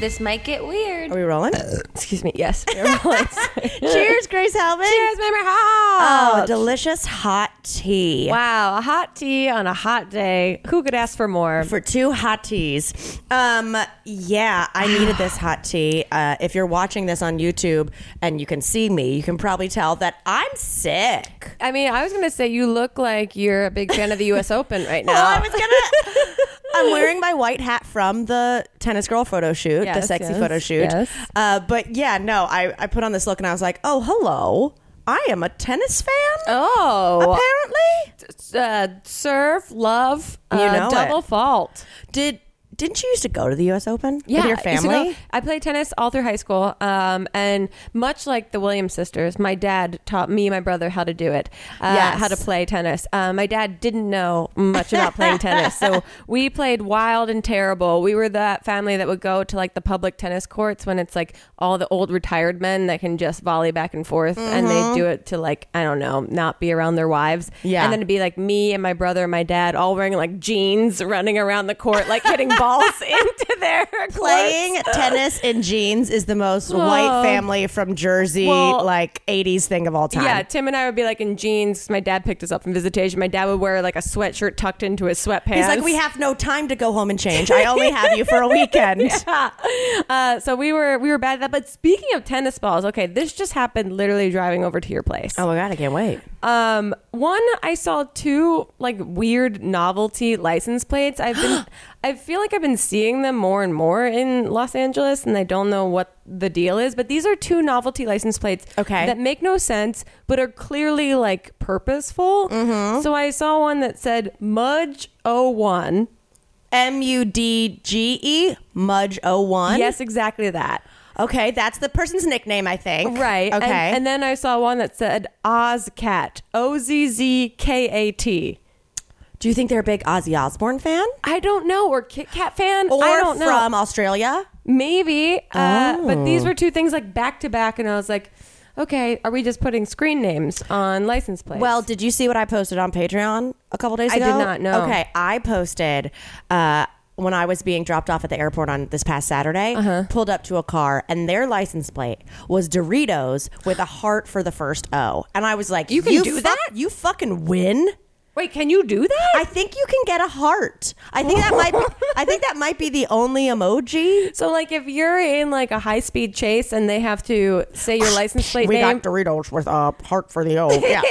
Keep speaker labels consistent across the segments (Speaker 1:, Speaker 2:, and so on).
Speaker 1: This might get weird.
Speaker 2: Oh,
Speaker 3: Are we rolling? Excuse me. Yes. We're rolling.
Speaker 2: Cheers, Grace Halvin.
Speaker 3: Cheers, Mama Hot.
Speaker 2: Oh, delicious hot tea.
Speaker 3: Wow, a hot tea on a hot day. Who could ask for more?
Speaker 2: For two hot teas. Um, yeah, I needed this hot tea. Uh, if you're watching this on YouTube and you can see me, you can probably tell that I'm sick.
Speaker 3: I mean, I was going to say you look like you're a big fan of the U.S. Open right now.
Speaker 2: Well, I was gonna. I'm wearing my white hat from the tennis girl photo shoot, the
Speaker 3: Yes,
Speaker 2: sexy
Speaker 3: yes,
Speaker 2: photo shoot.
Speaker 3: yes.
Speaker 2: Uh, but yeah, no, I, I put on this look and I was like, oh, hello. I am a tennis fan.
Speaker 3: Oh,
Speaker 2: Apparently,
Speaker 3: uh, serve, love, uh,
Speaker 2: You know
Speaker 3: double
Speaker 2: it.
Speaker 3: fault.
Speaker 2: did didn't you used to go to the U.S. Open with your
Speaker 3: I used to
Speaker 2: family?
Speaker 3: go- I played tennis all through high school, um, and much like the Williams sisters, my dad taught me and my brother how to do it, uh,
Speaker 2: Yes.
Speaker 3: how to play tennis. Uh, my dad didn't know much about playing tennis, so we played wild and terrible. We were that family that would go to like the public tennis courts when it's like all the old retired men that can just volley back and forth, and they do it to like I don't know, not be around their wives,
Speaker 2: Mm-hmm. Yeah.
Speaker 3: and then it'd be like me and my brother and my dad all wearing like jeans, running around the court, like hitting balls into their
Speaker 2: Playing tennis in jeans is the most white family from Jersey,
Speaker 3: Well-
Speaker 2: like '80s thing of all time.
Speaker 3: Yeah, Tim and I would be like in jeans. My dad picked us up from visitation. My dad would wear like a sweatshirt tucked into his sweatpants.
Speaker 2: he's like, we have no time to go home and change. I only have you for a weekend.
Speaker 3: uh, so we were we were bad at that. But speaking of tennis balls, okay, this just happened literally driving over to your place.
Speaker 2: Oh my god, I can't wait.
Speaker 3: Um, one I saw two like weird novelty license plates. I've been I feel like I've been seeing them more and more in Los Angeles and I don't know what the deal is, but these are two novelty license plates
Speaker 2: Okay.
Speaker 3: that make no sense but are clearly like purposeful. So I saw one that said Mudge 01.
Speaker 2: M U D G E Mudge 01.
Speaker 3: Yes, exactly that.
Speaker 2: Okay, that's the person's nickname, I think.
Speaker 3: Right. And-
Speaker 2: Okay.
Speaker 3: And, then I saw one that said Ozcat. O Z Z K A T.
Speaker 2: do you think they're a big Ozzy Osbourne fan?
Speaker 3: I don't know, or Kit Kat fan.
Speaker 2: Or
Speaker 3: I don't know.
Speaker 2: from Australia?
Speaker 3: Maybe. Uh, But these were two things like back to back, and I was like, okay, are we just putting screen names on license plates?
Speaker 2: Well, did you see what I posted on Patreon a couple days
Speaker 3: I
Speaker 2: ago?
Speaker 3: did not, no.
Speaker 2: Okay, I posted uh, when I was being dropped off at the airport on this past Saturday.
Speaker 3: Uh-huh.
Speaker 2: Pulled up to a car, and their license plate was Doritos with a heart for the first O. And I was like,
Speaker 3: You can do
Speaker 2: fuck-
Speaker 3: that?
Speaker 2: You fucking win."
Speaker 3: wait, can you do that?
Speaker 2: I think you can get a heart. I think that might. Be, I think that might be the only emoji.
Speaker 3: so, like, if you're in like a high speed chase and they have to say your license plate name,
Speaker 2: Doritos with a heart for the O. Yeah.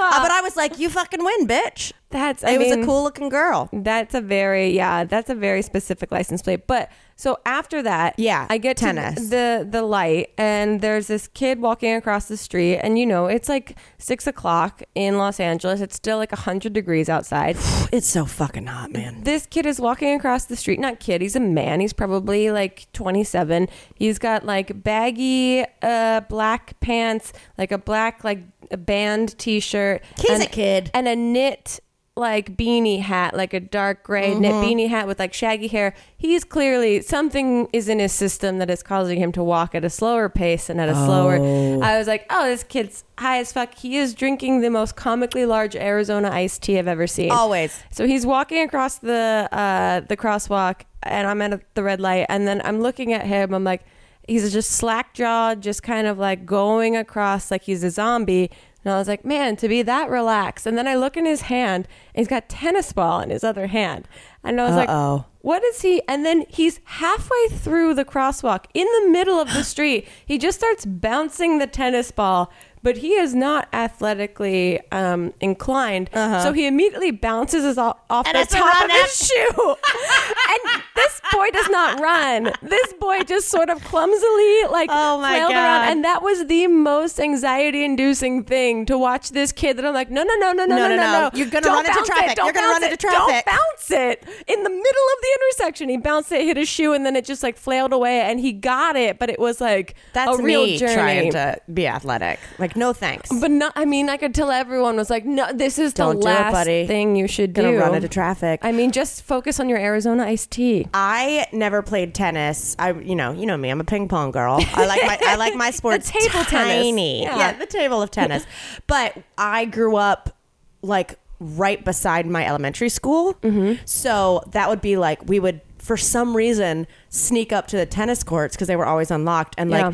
Speaker 2: Uh, but I was like, "You fucking win, bitch."
Speaker 3: that's I
Speaker 2: It was a
Speaker 3: mean,
Speaker 2: cool looking girl.
Speaker 3: That's a very yeah. That's a very specific license plate. But so after that,
Speaker 2: Yeah,
Speaker 3: I get to
Speaker 2: tennis.
Speaker 3: the the light, and there's this kid walking across the street, and you know it's like six o'clock in Los Angeles. It's still like hundred degrees outside.
Speaker 2: It's so fucking hot, man.
Speaker 3: this kid is walking across the street. Not kid, he's a man. He's probably like 27. He's got like baggy uh, black pants, like a black like a band t-shirt.
Speaker 2: He's a kid.
Speaker 3: and a knit like beanie hat, like a dark gray knit
Speaker 2: Mm-hmm.
Speaker 3: beanie hat with like shaggy hair. He's clearly something is in his system that is causing him to walk at a slower pace and at a slower. I was like, oh, this kid's high as fuck. He is drinking the most comically large Arizona iced tea I've ever seen.
Speaker 2: Always.
Speaker 3: So he's walking across the uh, the crosswalk, and I'm at the red light, and then I'm looking at him. I'm like, he's just slack jawed, just kind of like going across like he's a zombie. And I was like, man, to be that relaxed. And then I look in his hand, and he's got tennis ball in his other hand, and I was
Speaker 2: Uh-oh.
Speaker 3: like, what is he? And then he's halfway through the crosswalk in the middle of the street. He just starts bouncing the tennis ball, but he is not athletically um, inclined. So he immediately bounces us off, off
Speaker 2: Uh-huh. And
Speaker 3: the
Speaker 2: it's a
Speaker 3: top
Speaker 2: run
Speaker 3: of his shoe. and this boy does not run. This boy just sort of clumsily, like,
Speaker 2: Oh my
Speaker 3: flailed around.
Speaker 2: God.
Speaker 3: And that was the most anxiety inducing thing to watch this kid that I'm like, no, no, no, no, no, no, no, no.
Speaker 2: You're gonna
Speaker 3: Don't
Speaker 2: run into
Speaker 3: bounce it.
Speaker 2: traffic.
Speaker 3: Don't
Speaker 2: You're gonna run
Speaker 3: bounce
Speaker 2: into
Speaker 3: it. Don't
Speaker 2: traffic.
Speaker 3: bounce it in the middle of the intersection. He bounced it, hit his shoe, and then it just like flailed away. And he got it, but it was like
Speaker 2: That's
Speaker 3: a real
Speaker 2: me
Speaker 3: journey.
Speaker 2: trying to be athletic. Like, no thanks.
Speaker 3: but no, I mean, I could tell everyone was like, "No, this is
Speaker 2: Don't do
Speaker 3: the
Speaker 2: it,
Speaker 3: last
Speaker 2: buddy.
Speaker 3: thing you should
Speaker 2: Gonna
Speaker 3: do."
Speaker 2: run into traffic.
Speaker 3: I mean, just focus on your Arizona iced tea.
Speaker 2: I never played tennis. I, you know, you know me. I'm a ping pong girl. I like my, I like my sports
Speaker 3: table tennis.
Speaker 2: tiny.
Speaker 3: Yeah.
Speaker 2: yeah, the table of tennis. but I grew up
Speaker 3: Mm-hmm.
Speaker 2: like right beside my elementary school, so that would be like we would for some reason sneak up to the tennis courts because they were always unlocked and like
Speaker 3: Yeah.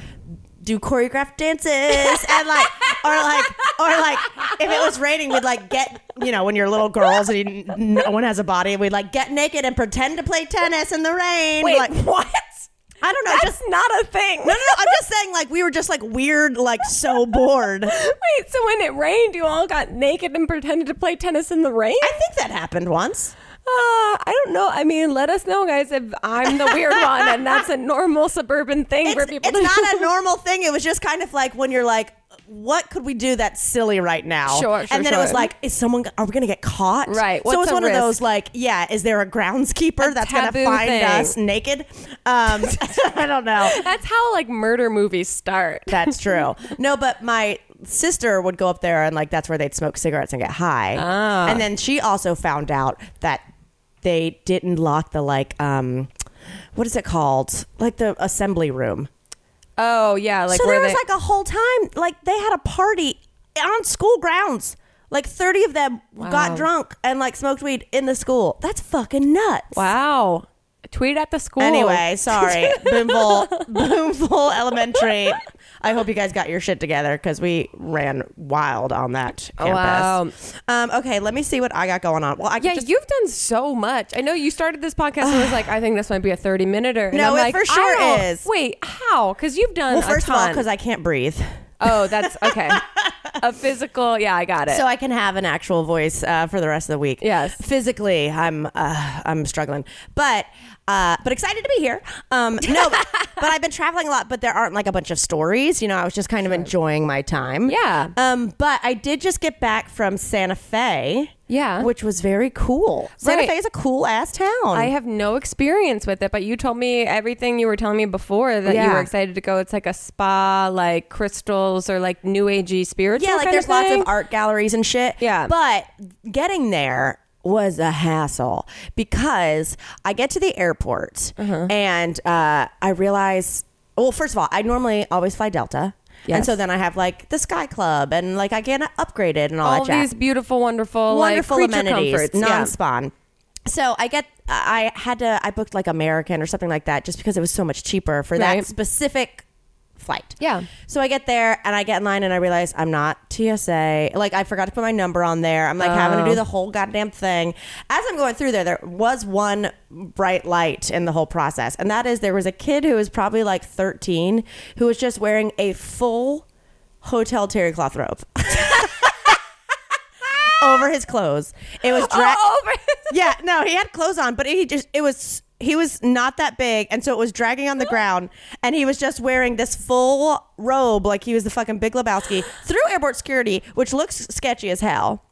Speaker 2: do choreographed dances and like or like or like if it was raining we'd like get you know when you're little girls and you, no one has a body we'd like get naked and pretend to play tennis in the rain
Speaker 3: Wait,
Speaker 2: like
Speaker 3: what?
Speaker 2: I don't know
Speaker 3: That's
Speaker 2: just
Speaker 3: not a thing.
Speaker 2: no, no, no, I'm just saying, like, we were just like weird, like, so bored. I
Speaker 3: Wait, so when it rained, you all got naked and pretended to play tennis in the rain? I,
Speaker 2: think that happened once.
Speaker 3: uh, I don't know. I mean, let us know, guys, if I'm the weird one and that's a normal suburban thing
Speaker 2: It's,
Speaker 3: for people
Speaker 2: it's
Speaker 3: to
Speaker 2: not a normal thing. It was just kind of like when you're like, what could we do that's silly right now?
Speaker 3: Sure, sure,
Speaker 2: And then it was
Speaker 3: sure.
Speaker 2: like, is someone, are we going to get caught?
Speaker 3: Right.
Speaker 2: so
Speaker 3: What's
Speaker 2: it was
Speaker 3: a
Speaker 2: one of
Speaker 3: risk?
Speaker 2: those, like, yeah, is there a groundskeeper that's going to
Speaker 3: taboo
Speaker 2: find
Speaker 3: thing.
Speaker 2: us naked? Um, I don't know.
Speaker 3: That's how like murder movies start.
Speaker 2: That's true. No, but my sister would go up there and like that's where they'd smoke cigarettes and get high.
Speaker 3: Ah.
Speaker 2: And then she also found out that they didn't lock the like um what is it called? Like the assembly room.
Speaker 3: Oh yeah, like
Speaker 2: so
Speaker 3: where
Speaker 2: there was
Speaker 3: they-
Speaker 2: like a whole time like they had a party on school grounds. Like 30 of them
Speaker 3: Wow.
Speaker 2: got drunk and like smoked weed in the school. That's fucking nuts.
Speaker 3: wow. Tweet at the school.
Speaker 2: Anyway, sorry. Boomville, Boomville Elementary. I hope you guys got your shit together because we ran wild on that campus. Um, okay, let me see what I got going on. Well, I
Speaker 3: Yeah,
Speaker 2: just,
Speaker 3: you've done so much. I know you started this podcast and was like, I think this might be a 30 minute or
Speaker 2: No,
Speaker 3: I'm
Speaker 2: it
Speaker 3: like,
Speaker 2: for
Speaker 3: I
Speaker 2: sure
Speaker 3: don't-
Speaker 2: is.
Speaker 3: Wait, how? Because you've done
Speaker 2: well, first
Speaker 3: a
Speaker 2: of all,
Speaker 3: ton.
Speaker 2: because I can't breathe,
Speaker 3: oh, that's okay. a physical, yeah, I got it.
Speaker 2: so I can have an actual voice uh, for the rest of the week.
Speaker 3: Yes.
Speaker 2: physically, I'm uh, I'm struggling, but uh, but excited to be here. Um, no, but, but I've been traveling a lot, but there aren't like a bunch of stories. You know, I was just kind of enjoying my time.
Speaker 3: Yeah.
Speaker 2: Um, but I did just get back from Santa Fe.
Speaker 3: Yeah.
Speaker 2: Which was very cool. Santa
Speaker 3: Right.
Speaker 2: Fe is a cool ass town.
Speaker 3: I have no experience with it, but you told me everything you were telling me before that you
Speaker 2: Yeah.
Speaker 3: were excited to go. It's like a spa, like crystals or like new agey spiritual.
Speaker 2: yeah, like
Speaker 3: kind
Speaker 2: there's lots
Speaker 3: thing.
Speaker 2: of art galleries and shit.
Speaker 3: Yeah.
Speaker 2: But getting there was a hassle because I get to the airport
Speaker 3: Uh-huh.
Speaker 2: and uh, I realize, well, first of all, I normally always fly Delta. And
Speaker 3: Yes.
Speaker 2: so then I have like the Sky Club and like I get upgraded and all,
Speaker 3: All
Speaker 2: that jazz.
Speaker 3: these beautiful, wonderful,
Speaker 2: wonderful
Speaker 3: like, creature
Speaker 2: amenities,
Speaker 3: comforts. Yeah.
Speaker 2: non-spawn. So I get, I had to, I booked like American or something like that, just because it was so much cheaper for
Speaker 3: Right.
Speaker 2: that specific flight.
Speaker 3: Yeah.
Speaker 2: So I get there and I get in line and I realize I'm not TSA. Like I forgot to put my number on there. I'm like having to
Speaker 3: Oh.
Speaker 2: do the whole goddamn thing. As I'm going through there, there was one bright light in the whole process, and that is there was a kid who was probably like 13 who was just wearing a full hotel terry cloth robe. over his clothes. It was dress.
Speaker 3: Oh, over his-
Speaker 2: yeah, no, he had clothes on, but he just it was he was not that big, and so it was dragging on the ground, and he was just wearing this full robe like he was the fucking Big Lebowski through airport security, which looks sketchy as hell.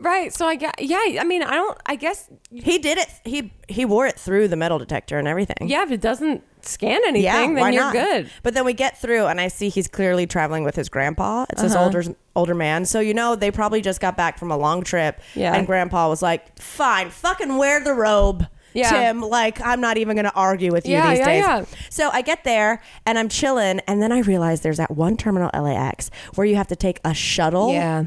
Speaker 3: Right. So I got, yeah, I mean, I don't, I guess,
Speaker 2: He did it. He he wore it through the metal detector and everything.
Speaker 3: yeah, if it doesn't scan anything, then you're good.
Speaker 2: But then we get through, and I see he's clearly traveling with his grandpa. It's
Speaker 3: Uh-huh.
Speaker 2: this older older man, so you know they probably just got back from a long trip.
Speaker 3: Yeah.
Speaker 2: and grandpa was like, "Fine, fucking wear the robe."
Speaker 3: Yeah.
Speaker 2: Tim, like, I'm not even going to argue with you
Speaker 3: Yeah,
Speaker 2: these
Speaker 3: yeah,
Speaker 2: days.
Speaker 3: yeah.
Speaker 2: So I get there and I'm chilling. And then I realize there's that one terminal LAX where you have to take a shuttle
Speaker 3: Yeah.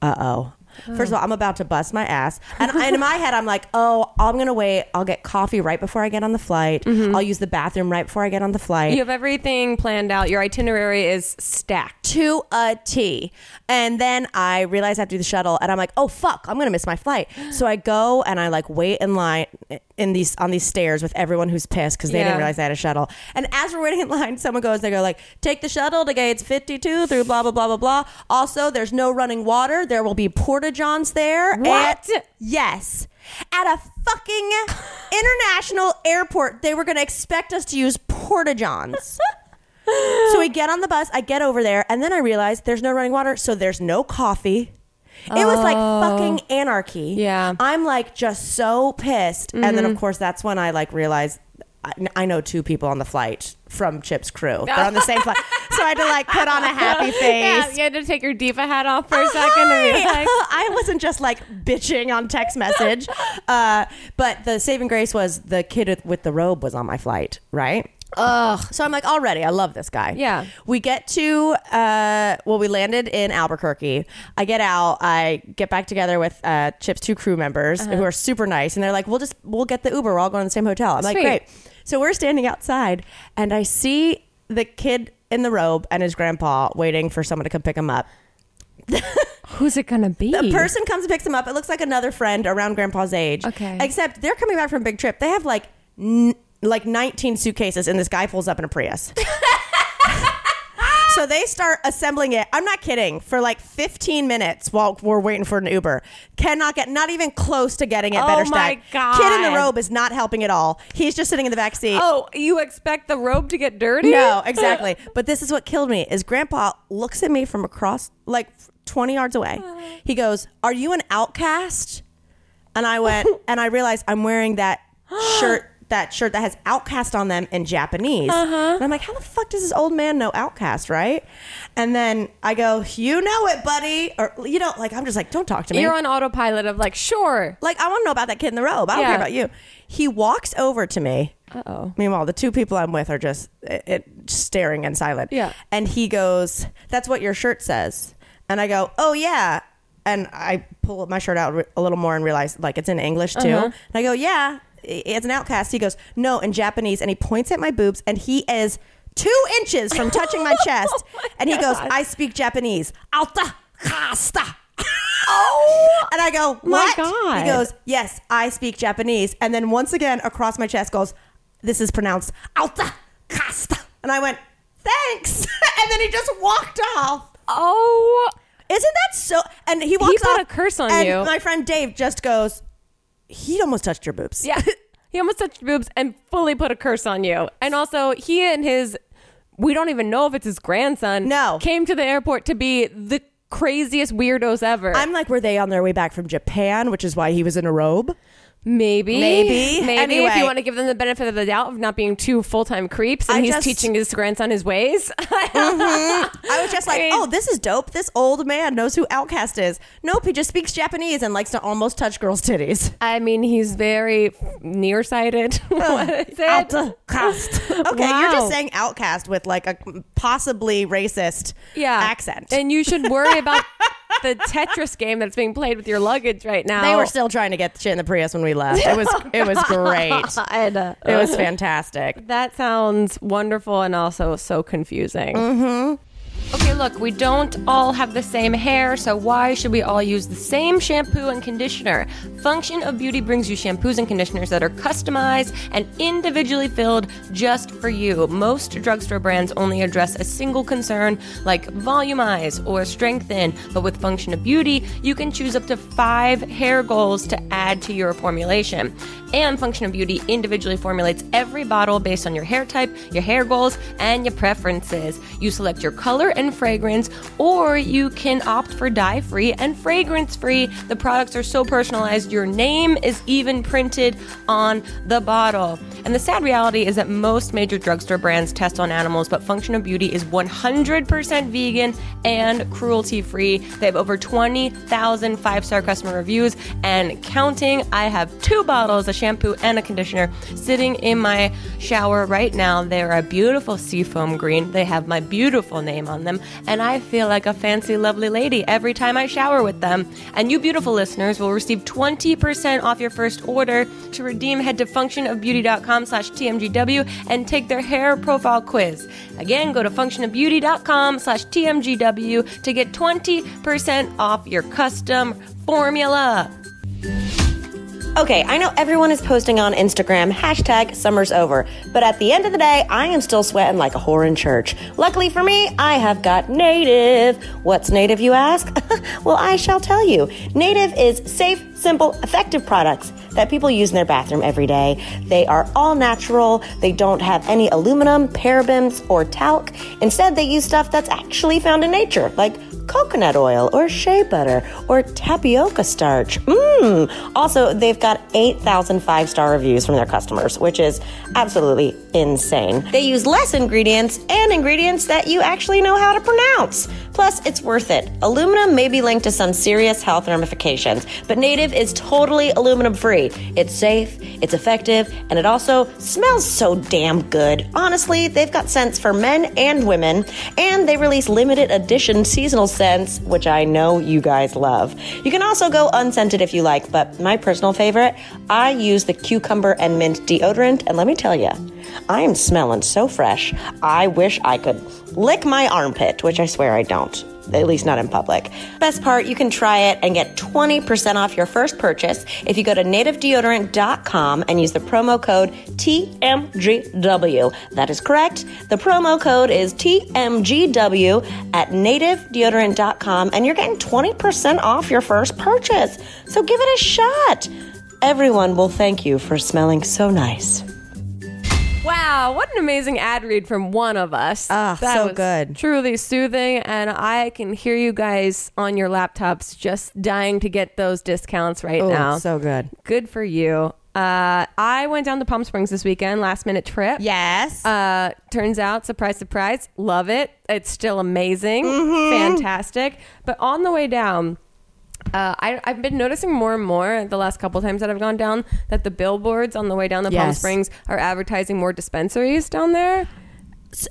Speaker 3: Uh.
Speaker 2: uh oh. First of all, I'm about to bust my ass. And I- in my head, I'm like, oh, I'm going to wait. I'll get coffee right before I get on the flight.
Speaker 3: Mm-hmm.
Speaker 2: I'll use the bathroom right before I get on the flight.
Speaker 3: You have everything planned out. Your itinerary is stacked.
Speaker 2: to a T. And then I realize I have to do the shuttle and I'm like, oh fuck, I'm gonna miss my flight. So I go and I like wait in line in these on these stairs with everyone who's pissed because they
Speaker 3: Yeah.
Speaker 2: didn't realize they had a shuttle. And as we're waiting in line, someone goes, they go like, take the shuttle to gates 52 through blah blah blah blah blah. Also, there's no running water. There will be porta johns there.
Speaker 3: What?
Speaker 2: And- yes. At a fucking international airport, they were gonna expect us to use porta johns. So we get on the bus. I get over there, and then I realize there's no running water, so there's no coffee. It was like fucking anarchy.
Speaker 3: Oh. Yeah. Mm-hmm.
Speaker 2: I'm like just so pissed. And then of course that's when I like realized I, I know two people on the flight from Chip's crew. They're on the same flight, so I had to like put on a happy
Speaker 3: Yeah,
Speaker 2: face.
Speaker 3: you had to take your diva hat off for a
Speaker 2: Oh,
Speaker 3: second and be
Speaker 2: hi.
Speaker 3: like,
Speaker 2: I wasn't just like bitching on text message, uh, but the saving grace was the kid with- with the robe was on my flight, right? Ugh. So I'm like, already, I love this guy.
Speaker 3: Yeah.
Speaker 2: We get to, uh, well, we landed in Albuquerque. I get out. I get back together with uh, Chip's two crew members
Speaker 3: Uh-huh.
Speaker 2: who are super nice, and they're like, we'll just we'll get the Uber. We're all going to the same hotel. I'm like,
Speaker 3: Sweet.
Speaker 2: great. So we're standing outside, and I see the kid in the robe and his grandpa waiting for someone to come pick him up.
Speaker 3: Who's it gonna be?
Speaker 2: The person comes and picks him up. It looks like another friend around grandpa's age.
Speaker 3: Okay.
Speaker 2: Except they're coming back from a big trip. They have like n- like 19 suitcases and this guy pulls up in a Prius. so they start assembling it. I'm not kidding. For like 15 minutes while we're waiting for an Uber. Cannot get not even close to getting it
Speaker 3: Oh
Speaker 2: better
Speaker 3: my
Speaker 2: stacked. Kid in the
Speaker 3: God.
Speaker 2: robe is not helping at all. He's just sitting in the back seat.
Speaker 3: Oh, you expect the robe to get dirty?
Speaker 2: No, exactly. But this is what killed me is grandpa looks at me from across like 20 yards away. He goes, "Are you an outcast?" And I went and I realized I'm wearing that shirt that shirt that has outcast on them in Japanese. And I'm like, "How the fuck does this old man know outcast, right?" And then I go, "You know it, buddy." Or you know, like I'm just like, "Don't talk to me."
Speaker 3: You're on autopilot of like, sure.
Speaker 2: like I want to know about that kid in the robe. I don't
Speaker 3: Yeah.
Speaker 2: care about you. He walks over to me.
Speaker 3: Uh oh.
Speaker 2: Meanwhile, the two people I'm with are just it, it- staring and silent.
Speaker 3: Yeah.
Speaker 2: And he goes, "That's what your shirt says." And I go, "Oh yeah." And I pull my shirt out re- a little more and realize like it's in English too.
Speaker 3: Uh-huh.
Speaker 2: And I go, "Yeah, i- it's an outcast." He goes, "No, in Japanese." And he points at my boobs, and he is two inches from touching my chest.
Speaker 3: Oh my
Speaker 2: and he goes,
Speaker 3: God.
Speaker 2: "I speak Japanese." Alta casta. Oh, and I go,
Speaker 3: My
Speaker 2: what?
Speaker 3: God.
Speaker 2: He goes, yes, I speak Japanese. And then once again across my chest goes, this is pronounced alta casta. And I went, thanks. and then he just walked off.
Speaker 3: Oh.
Speaker 2: Isn't that so? And he walks
Speaker 3: put
Speaker 2: off.
Speaker 3: a curse on
Speaker 2: and
Speaker 3: you.
Speaker 2: My friend Dave just goes, he almost touched your boobs.
Speaker 3: Yeah. He almost touched your boobs and fully put a curse on you. And also, he and his, we don't even know if it's his grandson,
Speaker 2: No.
Speaker 3: came to the airport to be the craziest weirdos ever.
Speaker 2: I'm like, were they on their way back from Japan, which is why he was in a robe?
Speaker 3: maybe.
Speaker 2: Maybe.
Speaker 3: Maybe if
Speaker 2: Anyway.
Speaker 3: you want to give them the benefit of the doubt of not being two full time creeps and
Speaker 2: I
Speaker 3: he's
Speaker 2: just-
Speaker 3: teaching his grandson his ways. Mm-hmm.
Speaker 2: I was just like,
Speaker 3: I mean-
Speaker 2: oh, this is dope. This old man knows who Outcast is. Nope, he just speaks Japanese and likes to almost touch girls' titties.
Speaker 3: I mean, he's very nearsighted. what is it?
Speaker 2: Outcast. Okay, you're
Speaker 3: Wow.
Speaker 2: just saying outcast with like a possibly racist
Speaker 3: yeah.
Speaker 2: accent.
Speaker 3: And you should worry about the Tetris game that's being played with your luggage right now.
Speaker 2: they were still trying to get the shit in the Prius when we left. It was it was great.
Speaker 3: God.
Speaker 2: It was fantastic.
Speaker 3: That sounds wonderful and also so confusing. Mm-hmm. Okay, look, we don't all have the same hair, so why should we all use the same shampoo and conditioner? Function of Beauty brings you shampoos and conditioners that are customized and individually filled just for you. Most drugstore brands only address a single concern like volumize or strengthen, but with Function of Beauty, you can choose up to five hair goals to add to your formulation. And Function of Beauty individually formulates every bottle based on your hair type, your hair goals, and your preferences. You select your color and fragrance, or you can opt for dye free and fragrance free. The products are so personalized, your name is even printed on the bottle. And the sad reality is that most major drugstore brands test on animals, but Function of Beauty is 100% vegan and cruelty free. They have over 20,000 five star customer reviews and counting. I have two bottles, a shampoo and a conditioner, sitting in my shower right now. They're a beautiful seafoam green. They have my beautiful name on them, and I feel like a fancy, lovely lady every time I shower with them. And you beautiful listeners will receive 20% off your first order. To redeem, head to functionofbeauty.com slash TMGW and take their hair profile quiz. Again, go to functionofbeauty.com slash TMGW to get 20% off your custom formula.
Speaker 2: Okay, I know everyone is posting on Instagram hashtag summer's over, but at the end of the day, I am still sweating like a whore in church. Luckily for me, I have got Native. What's Native, you ask? well, I shall tell you. Native is safe, simple, effective products that people use in their bathroom every day. They are all natural, they don't have any aluminum, parabens, or talc. Instead, they use stuff that's actually found in nature, like coconut oil or shea butter or tapioca starch. Mmm. Also, they've got 8,000 five star reviews from their customers, which is absolutely insane. They use less ingredients and ingredients that you actually know how to pronounce.
Speaker 1: Plus, it's worth it. Aluminum may be linked to some serious health ramifications, but Native is totally aluminum free. It's safe, it's effective, and it also smells so damn good. Honestly, they've got scents for men and women, and they release limited edition seasonal scents, which I know you guys love. You can also go unscented if you like, but my personal favorite, I use the cucumber and mint deodorant, and let me tell you, I am smelling so fresh. I wish I could lick my armpit, which I swear I don't. At least not in public. Best part, you can try it and get 20% off your first purchase if you go to nativedeodorant.com and use the promo code TMGW. That is correct. The promo code is TMGW at nativedeodorant.com and you're getting 20% off your first purchase. So give it a shot. Everyone will thank you for smelling so nice.
Speaker 3: Wow, what an amazing ad read from one of us.
Speaker 2: Ah,
Speaker 3: that
Speaker 2: so
Speaker 3: was
Speaker 2: good.
Speaker 3: Truly soothing, and I can hear you guys on your laptops just dying to get those discounts right
Speaker 2: Oh,
Speaker 3: now.
Speaker 2: so good.
Speaker 3: good for you. Uh, I went down to Palm Springs this weekend, last minute trip.
Speaker 2: Yes.
Speaker 3: Uh, turns out, surprise, surprise, love it. It's still amazing,
Speaker 2: Mm-hmm.
Speaker 3: fantastic. But on the way down, uh, I, I've been noticing more and more the last couple times that I've gone down that the billboards on the way down to Palm
Speaker 2: Yes.
Speaker 3: Springs are advertising more dispensaries down there.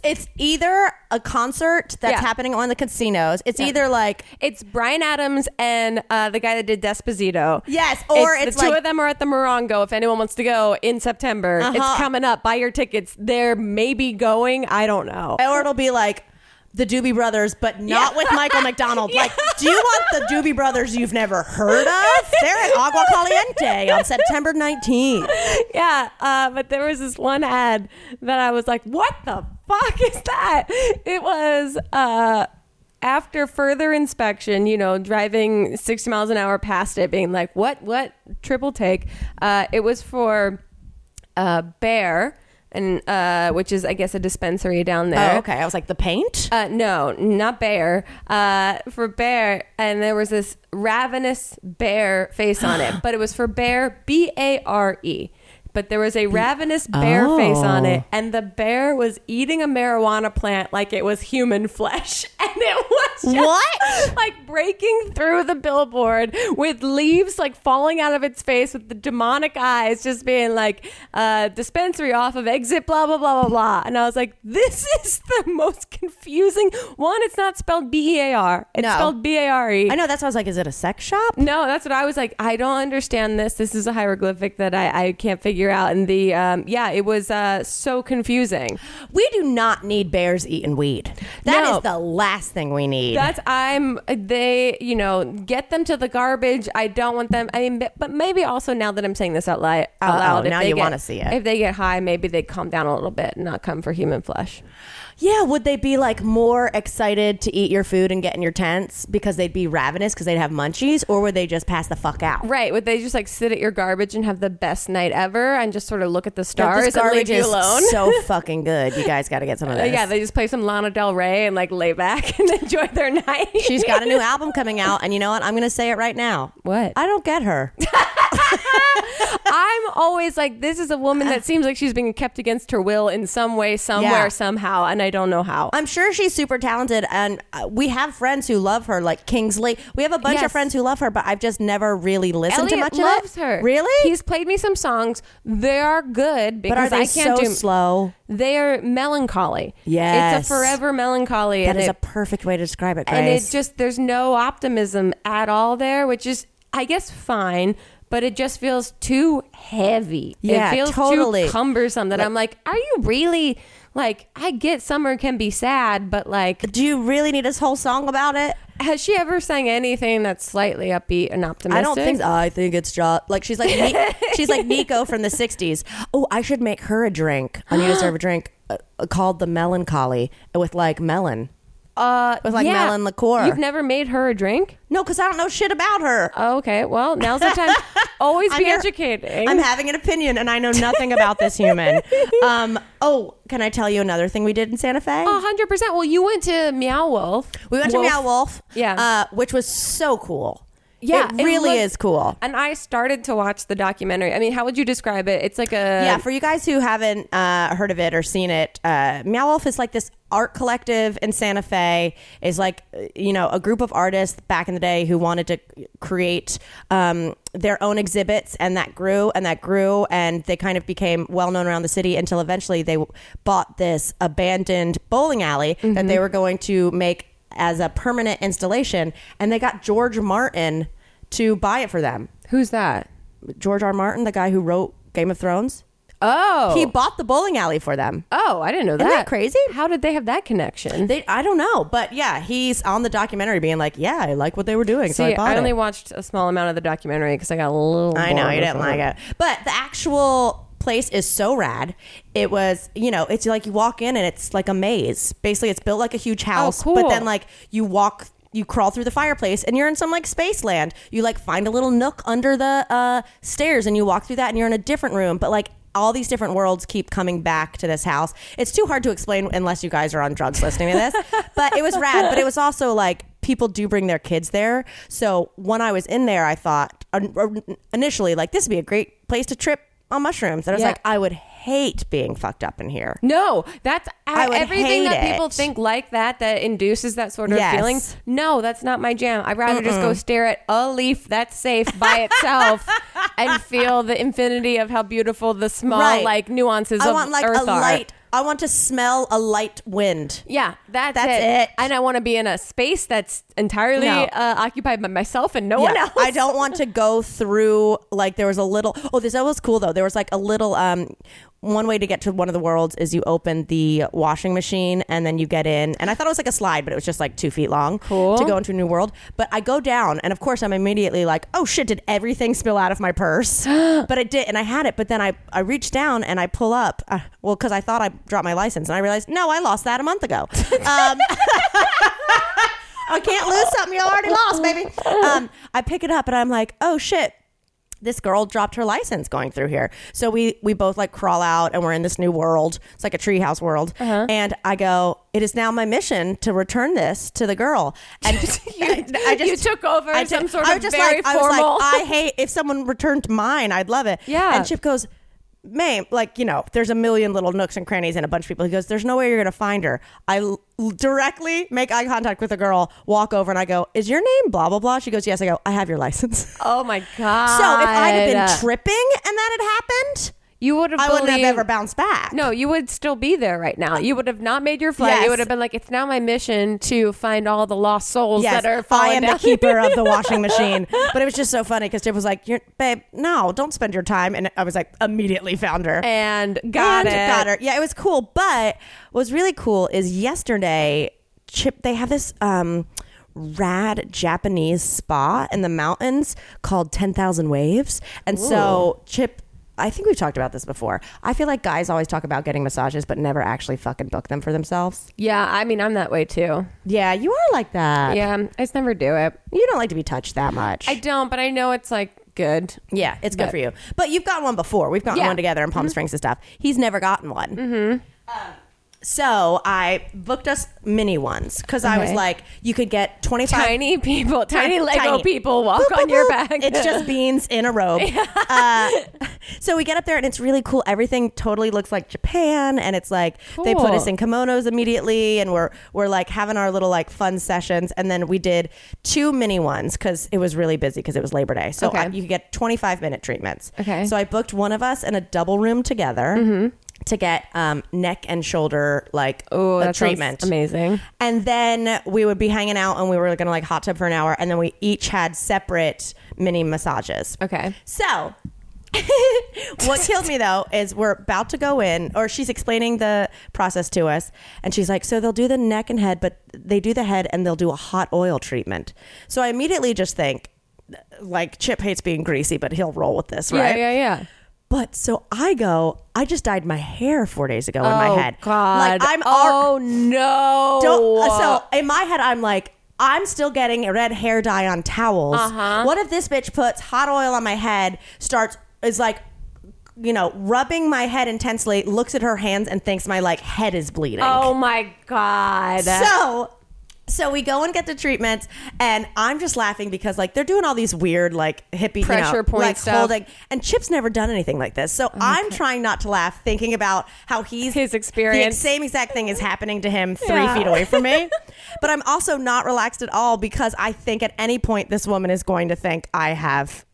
Speaker 2: it's either a concert that's
Speaker 3: Yeah.
Speaker 2: happening on the casinos. It's either like
Speaker 3: It's Brian Adams and uh, the guy that did Desposito.
Speaker 2: Yes, or it's
Speaker 3: the two
Speaker 2: like-
Speaker 3: of them are at the Morongo. If anyone wants to go in September,
Speaker 2: Uh-huh.
Speaker 3: it's coming up. Buy your tickets. They're maybe going. I don't know.
Speaker 2: or it'll be like the Doobie Brothers, but not with Michael McDonald. Like, do you want the Doobie Brothers you've never heard of? They're at Agua Caliente on September 19th.
Speaker 3: yeah, uh, but there was this one ad that I was like, "What the fuck is that?" It was uh, after further inspection, you know, driving sixty miles an hour past it, being like, "What? What?" Triple take. Uh, it was for uh, Bear, and uh, which is, I guess, a dispensary down there.
Speaker 2: Oh, okay. I was like, the paint?
Speaker 3: Uh, no, not bear. Uh, for bear, and there was this ravenous bear face on it, but it was for bear, B A R E. But there was a ravenous bear face on it, and the bear was eating a marijuana plant like it was human flesh, and it was just
Speaker 2: What?
Speaker 3: like breaking through the billboard with leaves like falling out of its face with the demonic eyes just being like uh, dispensary off of exit blah blah blah blah blah and i was like this is the most confusing one it's not spelled b-e-a-r it's
Speaker 2: No.
Speaker 3: spelled b-a-r-e
Speaker 2: I know. That's why I was like, is it a sex shop?
Speaker 3: E. no, that's what I was like. I don't understand this. This is a hieroglyphic that I, I can't figure out. And the um, yeah, it was uh, so confusing.
Speaker 2: We do not need bears eating weed. That is
Speaker 3: No.
Speaker 2: the last thing we need.
Speaker 3: That's I'm they you know get them to the garbage. I don't want them. I mean, but- but maybe also now that I'm saying this out, li- out
Speaker 2: Uh-oh,
Speaker 3: loud, if
Speaker 2: now
Speaker 3: they
Speaker 2: you
Speaker 3: get-
Speaker 2: wanna see it.
Speaker 3: If they get high, maybe they calm down a little bit and not come for human flesh.
Speaker 2: yeah, would they be like more excited to eat your food and get in your tents because they'd be ravenous because they'd have munchies, or would they just pass the fuck out?
Speaker 3: Right? Would they just like sit at your garbage and have the best night ever and just sort of look at the
Speaker 2: Like,
Speaker 3: stars and leave you alone?
Speaker 2: so fucking good. You guys got to get some of
Speaker 3: Uh,
Speaker 2: this.
Speaker 3: yeah, they just play some Lana Del Rey and like lay back and enjoy their night.
Speaker 2: She's got a new album coming out, and you know what? I'm going to say it right now.
Speaker 3: What?
Speaker 2: I don't get her.
Speaker 3: I'm always like, this is a woman that seems like she's being kept against her will in some way, somewhere,
Speaker 2: Yeah.
Speaker 3: somehow, and I don't know how.
Speaker 2: I'm sure she's super talented, and uh, we have friends who love her, like Kingsley. We have a bunch
Speaker 3: Yes.
Speaker 2: of friends who love her, but I've just never really listened to
Speaker 3: Elliot
Speaker 2: much
Speaker 3: loves
Speaker 2: of it.
Speaker 3: her.
Speaker 2: Really?
Speaker 3: He's played me some songs. They are good
Speaker 2: but are
Speaker 3: because
Speaker 2: they
Speaker 3: I can't
Speaker 2: so
Speaker 3: do.
Speaker 2: slow?
Speaker 3: They are melancholy.
Speaker 2: Yes.
Speaker 3: it's a forever melancholy.
Speaker 2: That
Speaker 3: and
Speaker 2: is
Speaker 3: it-
Speaker 2: a perfect way to describe it, Grace.
Speaker 3: and it just there's no optimism at all there, which is I guess fine. But it just feels too heavy.
Speaker 2: Yeah,
Speaker 3: it feels
Speaker 2: totally.
Speaker 3: too cumbersome that I'm like, are you really like? I get summer can be sad, but like,
Speaker 2: do you really need this whole song about it?
Speaker 3: has she ever sang anything that's slightly upbeat and optimistic?
Speaker 2: I don't think. I think it's just like she's like Ni- she's like Nico from the '60s. Oh, I should make her a drink. I need to serve a drink uh, called the Melancholy with like melon.
Speaker 3: Uh,
Speaker 2: With, like, melon liqueur.
Speaker 3: You've never made her a drink?
Speaker 2: No, because I don't know shit about her.
Speaker 3: Okay, well, now's the time. Always
Speaker 2: I'm
Speaker 3: be
Speaker 2: here-
Speaker 3: educating.
Speaker 2: I'm having an opinion, and I know nothing about this human. Um, oh, can I tell you another thing we did in Santa Fe?
Speaker 3: A hundred percent. Well, you went to Meow Uh, Wolf.
Speaker 2: we went to
Speaker 3: Wolf.
Speaker 2: Meow Wolf,
Speaker 3: Yeah.
Speaker 2: uh, which was so cool.
Speaker 3: Yeah,
Speaker 2: it really
Speaker 3: looked-
Speaker 2: is cool.
Speaker 3: And I started to watch the documentary. I mean, how would you describe it? It's like a
Speaker 2: yeah, for you guys who haven't uh, heard of it or seen it, uh, Meow Wolf is like this art collective in Santa Fe. Is like uh, you know a group of artists back in the day who wanted to create um, their own exhibits, and that grew and that grew, and they kind of became well known around the city until eventually they w- bought this abandoned bowling alley that they were going to make as a permanent installation, and they got George Martin to buy it for them.
Speaker 3: who's that?
Speaker 2: George R. Martin, the guy who wrote Game of Thrones.
Speaker 3: Oh,
Speaker 2: He bought the bowling alley for them.
Speaker 3: oh, I didn't know
Speaker 2: Isn't that
Speaker 3: that.
Speaker 2: crazy?
Speaker 3: How did they have that connection?
Speaker 2: They, I don't know, but yeah, he's on the documentary being like, "Yeah, I like what they were doing, so
Speaker 3: See,
Speaker 2: I bought
Speaker 3: I only
Speaker 2: it."
Speaker 3: watched a small amount of the documentary because I got a little.
Speaker 2: I know
Speaker 3: bored
Speaker 2: you
Speaker 3: with
Speaker 2: didn't like it, but the actual place is so rad. It was, you know, it's like you walk in and it's like a maze. Basically, it's built like a huge house, but
Speaker 3: cool.
Speaker 2: then like you walk. You crawl through the fireplace and you're in some like space land. You like find a little nook under the uh, stairs and you walk through that and you're in a different room. But like all these different worlds keep coming back to this house. It's too hard to explain unless you guys are on drugs listening to this. but it was rad. But it was also like people do bring their kids there. So when I was in there, I thought un- or initially like this would be a great place to trip on mushrooms. And I was
Speaker 3: Yeah.
Speaker 2: like, I would hate being fucked up in here.
Speaker 3: No, that's
Speaker 2: I would hate
Speaker 3: everything that people
Speaker 2: it.
Speaker 3: think like that that induces that sort of
Speaker 2: Yes.
Speaker 3: feeling. No, that's not my jam. I'd rather just go stare at a leaf that's safe by itself and feel the infinity of how beautiful the small
Speaker 2: Right.
Speaker 3: like nuances
Speaker 2: I
Speaker 3: of
Speaker 2: want like
Speaker 3: earth
Speaker 2: a
Speaker 3: are.
Speaker 2: light. I want to smell a light wind.
Speaker 3: Yeah, that's,
Speaker 2: That's it.
Speaker 3: And I want to be in a space that's entirely
Speaker 2: No.
Speaker 3: uh, occupied by myself and no one
Speaker 2: Yeah.
Speaker 3: else.
Speaker 2: I don't want to go through like there was a little. Oh, this that was cool though. There was like a little. um One way to get to one of the worlds is you open the washing machine and then you get in. And I thought it was like a slide, but it was just like two feet long.
Speaker 3: Cool.
Speaker 2: to go into a new world. But I go down, and of course I'm immediately like, oh shit, did everything spill out of my purse? but it did, and I had it. But then I I reach down and I pull up. Uh, well, because I thought I dropped my license, and I realized no, I lost that a month ago. Um, I can't lose something you already lost, baby. Um, I pick it up and I'm like, oh shit. This girl dropped her license going through here. So we we both like crawl out and we're in this new world. It's like a treehouse world.
Speaker 3: Uh-huh.
Speaker 2: And I go, it is now my mission to return this to the girl. And
Speaker 3: You- you took over some sort
Speaker 2: I
Speaker 3: of
Speaker 2: was just
Speaker 3: very
Speaker 2: like, I was
Speaker 3: formal-
Speaker 2: like, I hate if someone returned mine, I'd love it.
Speaker 3: Yeah.
Speaker 2: And Chip goes, Mame, like, you know, there's a million little nooks and crannies and a bunch of people. He goes, There's no way you're going to find her. I l- directly make eye contact with a girl, walk over, and I go, Is your name blah, blah, blah? She goes, Yes. I go, I have your license.
Speaker 3: Oh my god!
Speaker 2: So if I'd have
Speaker 3: uh,
Speaker 2: been tripping and that had happened,
Speaker 3: you would have.
Speaker 2: I wouldn't have
Speaker 3: believed-
Speaker 2: ever bounced back.
Speaker 3: No, you would still be there right now. You would have not made your flight.
Speaker 2: Yes.
Speaker 3: It would have been like, it's now my mission to find all the lost souls
Speaker 2: Yes,
Speaker 3: that are
Speaker 2: I
Speaker 3: falling
Speaker 2: am
Speaker 3: down.
Speaker 2: the keeper of the washing machine. But it was just so funny because Chip was like, You're, "Babe, no, don't spend your time." And I was like, immediately found her.
Speaker 3: and got
Speaker 2: And
Speaker 3: it.
Speaker 2: Got her. Yeah, it was cool. But what was really cool is yesterday, Chip. They have this um, rad Japanese spa in the mountains called Ten Thousand Waves, and so Chip. I think we've talked about this before. I feel like guys always talk about getting massages, but never actually fucking book them for themselves.
Speaker 3: Yeah, I mean, I'm that way too.
Speaker 2: Yeah, you are like that.
Speaker 3: Yeah, I just never do it.
Speaker 2: You don't like to be touched that much.
Speaker 3: I don't, but I know it's like good.
Speaker 2: Yeah, it's good
Speaker 3: But-
Speaker 2: for you. But you've gotten one before. We've gotten
Speaker 3: Yeah. Mm-hmm.
Speaker 2: one together in Palm Springs and stuff. He's never gotten one. Mm-hmm. so I booked us mini ones because I was
Speaker 3: Okay.
Speaker 2: like, you could get twenty five
Speaker 3: Tiny people, tiny Lego
Speaker 2: tiny.
Speaker 3: people walk
Speaker 2: Boop,
Speaker 3: on
Speaker 2: boop,
Speaker 3: your
Speaker 2: boop.
Speaker 3: back.
Speaker 2: It's just beans in a robe. Uh, so we get up there and it's really cool. Everything totally looks like Japan, and it's like they put
Speaker 3: Cool.
Speaker 2: us in kimonos immediately, and we're we're like having our little like fun sessions. And then we did two mini ones because it was really busy because it was Labor Day. So
Speaker 3: Okay.
Speaker 2: I- you could get twenty five minute treatments.
Speaker 3: Okay. Mm-hmm.
Speaker 2: So I booked one of us and a double room together. To get um, neck and shoulder like
Speaker 3: Ooh,
Speaker 2: a
Speaker 3: that sounds
Speaker 2: treatment,
Speaker 3: Amazing.
Speaker 2: and then we would be hanging out and we were gonna like hot tub for an hour and then we each had separate mini massages
Speaker 3: Okay.
Speaker 2: so what killed me though is we're about to go in or she's explaining the process to us and she's like so they'll do the neck and head but they do the head and they'll do a hot oil treatment so i immediately just think like chip hates being greasy but he'll roll with this right
Speaker 3: Yeah, yeah, yeah.
Speaker 2: but so i go i just dyed my hair four days ago in my
Speaker 3: oh
Speaker 2: head
Speaker 3: God.
Speaker 2: like i'm al-
Speaker 3: Oh no.
Speaker 2: don't. uh, So in my head, I'm like, I'm still getting red hair dye on towels. What if this bitch puts hot oil on my head, starts is like, you know, rubbing my head intensely, looks at her hands and thinks my like head is bleeding.
Speaker 3: Oh my God.
Speaker 2: so So we go and get the treatments, and I'm just laughing because like they're doing all these weird like hippie you know,
Speaker 3: Pressure point
Speaker 2: like
Speaker 3: stuff. Oh,
Speaker 2: holding. And Chip's never done anything like this, so I'm trying not to laugh, thinking about how he's
Speaker 3: His
Speaker 2: the
Speaker 3: experience.
Speaker 2: same exact thing is happening to him three
Speaker 3: Yeah.
Speaker 2: feet away from me. but I'm also not relaxed at all because I think at any point this woman is going to think I have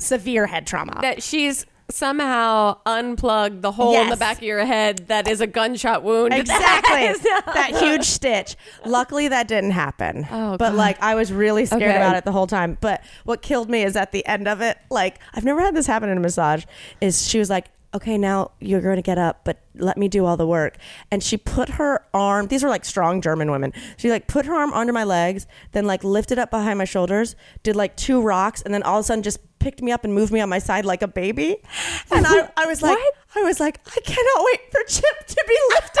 Speaker 2: severe head trauma.
Speaker 3: that she's somehow unplugged the hole in the
Speaker 2: Yes.
Speaker 3: back of your head that is a gunshot wound.
Speaker 2: Exactly. that huge stitch. Luckily, that didn't happen.
Speaker 3: Oh,
Speaker 2: but
Speaker 3: God.
Speaker 2: like, I was really scared
Speaker 3: Okay.
Speaker 2: about it the whole time. But what killed me is at the end of it, like, I've never had this happen in a massage, is she was like, okay, now you're going to get up, but let me do all the work. And she put her arm, these were like strong German women. She like put her arm under my legs, then like lifted up behind my shoulders, did like two rocks, and then all of a sudden just picked me up and moved me on my side like a baby. And I, I was like,
Speaker 3: What?
Speaker 2: I was like, I cannot wait for Chip to be lifted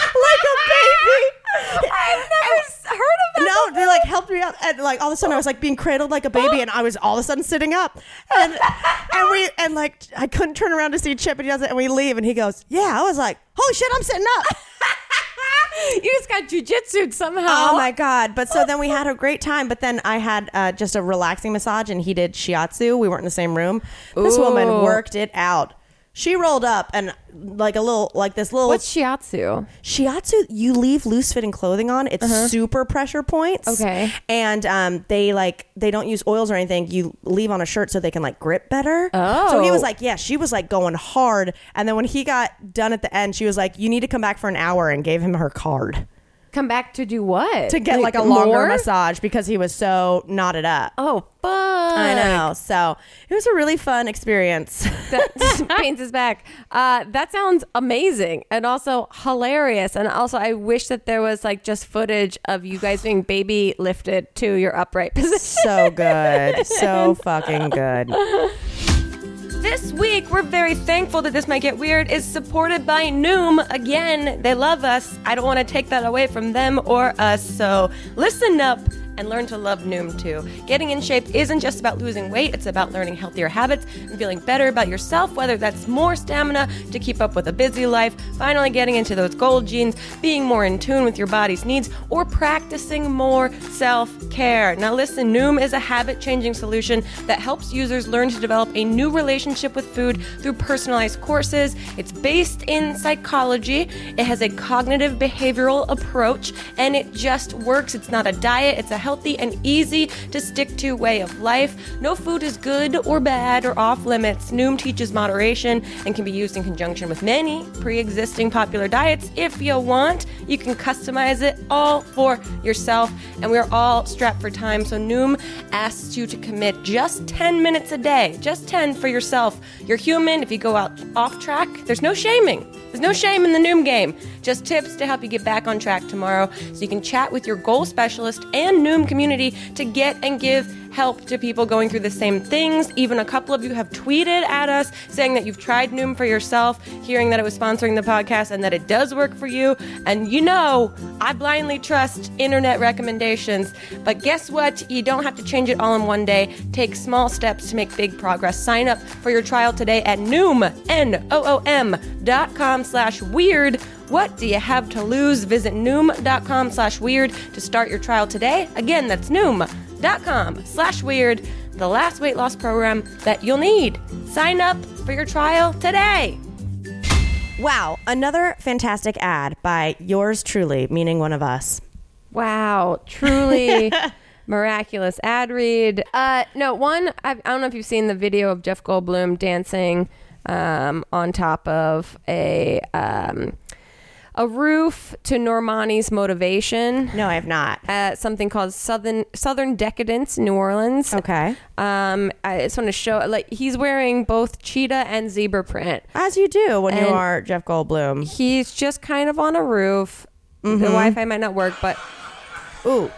Speaker 2: like a baby.
Speaker 3: I've never s- heard of that.
Speaker 2: No, they like helped me out, and like all of a sudden I was like being cradled like a baby, and I was all of a sudden sitting up, and and we and like I couldn't turn around to see Chip, and he doesn't, and we leave, and he goes, "Yeah," I was like, "Holy shit, I'm sitting up!"
Speaker 3: you just got jujitsued somehow.
Speaker 2: Oh my god! But so then we had a great time, but then I had uh, just a relaxing massage, and he did shiatsu. We weren't in the same room. This
Speaker 3: Ooh.
Speaker 2: woman worked it out. She rolled up and like a little like this little
Speaker 3: What's shiatsu?
Speaker 2: Shiatsu, you leave loose fitting clothing on. It's super pressure points.
Speaker 3: Uh-huh. Okay.
Speaker 2: And um, they like they don't use oils or anything. You leave on a shirt so they can like grip better.
Speaker 3: Oh.
Speaker 2: So he was like, yeah, she was like going hard. And then when he got done at the end, she was like, you need to come back for an hour, and gave him her card
Speaker 3: Come back to do what?
Speaker 2: to get like, a longer
Speaker 3: more?
Speaker 2: massage because he was so knotted up.
Speaker 3: Oh, fuck. I
Speaker 2: I know. So it was a really fun experience.
Speaker 3: that pains his back. Uh, that sounds amazing and also hilarious. And also, I wish that there was like just footage of you guys being baby lifted to your upright position.
Speaker 2: so good. So fucking good.
Speaker 3: This week, we're very thankful that This Might Get Weird is supported by Noom. Again, they love us. I don't want to take that away from them or us. So listen up and learn to love Noom too. Getting in shape isn't just about losing weight, it's about learning healthier habits and feeling better about yourself, whether that's more stamina to keep up with a busy life, finally getting into those gold jeans, being more in tune with your body's needs, or practicing more self care. Now, listen, Noom is a habit changing solution that helps users learn to develop a new relationship with food through personalized courses. It's based in psychology, it has a cognitive behavioral approach, and it just works. It's not a diet, it's a healthy and easy to stick to way of life. No food is good or bad or off limits. Noom teaches moderation and can be used in conjunction with many pre existing popular diets if you want. You can customize it all for yourself. And we're all strapped for time. So Noom asks you to commit just 10 minutes a day, just 10 for yourself. You're human. If you go out off track, there's no shaming. There's no shame in the Noom game. Just tips to help you get back on track tomorrow so you can chat with your goal specialist and Noom community to get and give help to people going through the same things. Even a couple of you have tweeted at us saying that you've tried Noom for yourself, hearing that it was sponsoring the podcast and that it does work for you. And you know, I blindly trust internet recommendations. But guess what? You don't have to change it all in one day. Take small steps to make big progress. Sign up for your trial today at Noom, N O O M dot com slash weird. What do you have to lose? Visit Noom.com slash weird to start your trial today. Again, that's Noom.com slash weird, the last weight loss program that you'll need. Sign up for your trial today.
Speaker 2: Wow, another fantastic ad by yours truly, meaning one of us.
Speaker 3: Wow, truly miraculous ad read. Uh, no, one, I've, I don't know if you've seen the video of Jeff Goldblum dancing um, on top of a. Um, a roof to Normani's motivation.
Speaker 2: No, I have not.
Speaker 3: at something called Southern Southern Decadence, New Orleans.
Speaker 2: Okay.
Speaker 3: Um, I just want to show like he's wearing both cheetah and zebra print.
Speaker 2: As you do when you
Speaker 3: And-
Speaker 2: are Jeff Goldblum.
Speaker 3: He's just kind of on a roof.
Speaker 2: Mm-hmm.
Speaker 3: The Wi-Fi might not work, but
Speaker 2: Ooh.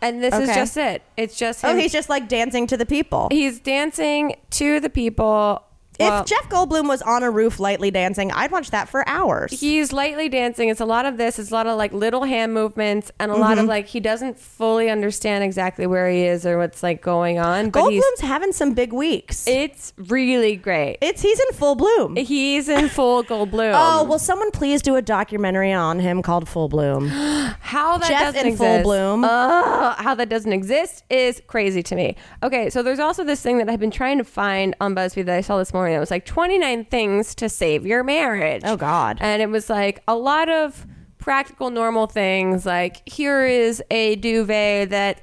Speaker 3: and this is
Speaker 2: Okay.
Speaker 3: just it. It's just him.
Speaker 2: Oh, he's just like dancing to the people.
Speaker 3: he's dancing to the people. Well-
Speaker 2: if Jeff Goldblum was on a roof lightly dancing, I'd watch that for hours.
Speaker 3: He's lightly dancing. It's a lot of this. It's a lot of like little hand movements and a lot
Speaker 2: Mm-hmm.
Speaker 3: of like he doesn't fully understand exactly where he is or what's like going on. But he's
Speaker 2: Goldblum's having some big weeks.
Speaker 3: it's really great.
Speaker 2: it's he's in full bloom.
Speaker 3: He's in full gold bloom.
Speaker 2: oh, will someone please do a documentary on him called Full Bloom?
Speaker 3: how that
Speaker 2: Jeff
Speaker 3: doesn't
Speaker 2: in full
Speaker 3: exist-
Speaker 2: bloom.
Speaker 3: Ugh, how that doesn't exist is crazy to me. Okay, so there's also this thing that I've been trying to find on BuzzFeed that I saw this morning. It was like 29 things to save your marriage.
Speaker 2: Oh, God.
Speaker 3: And it was like a lot of practical, normal things. Like here is a duvet that.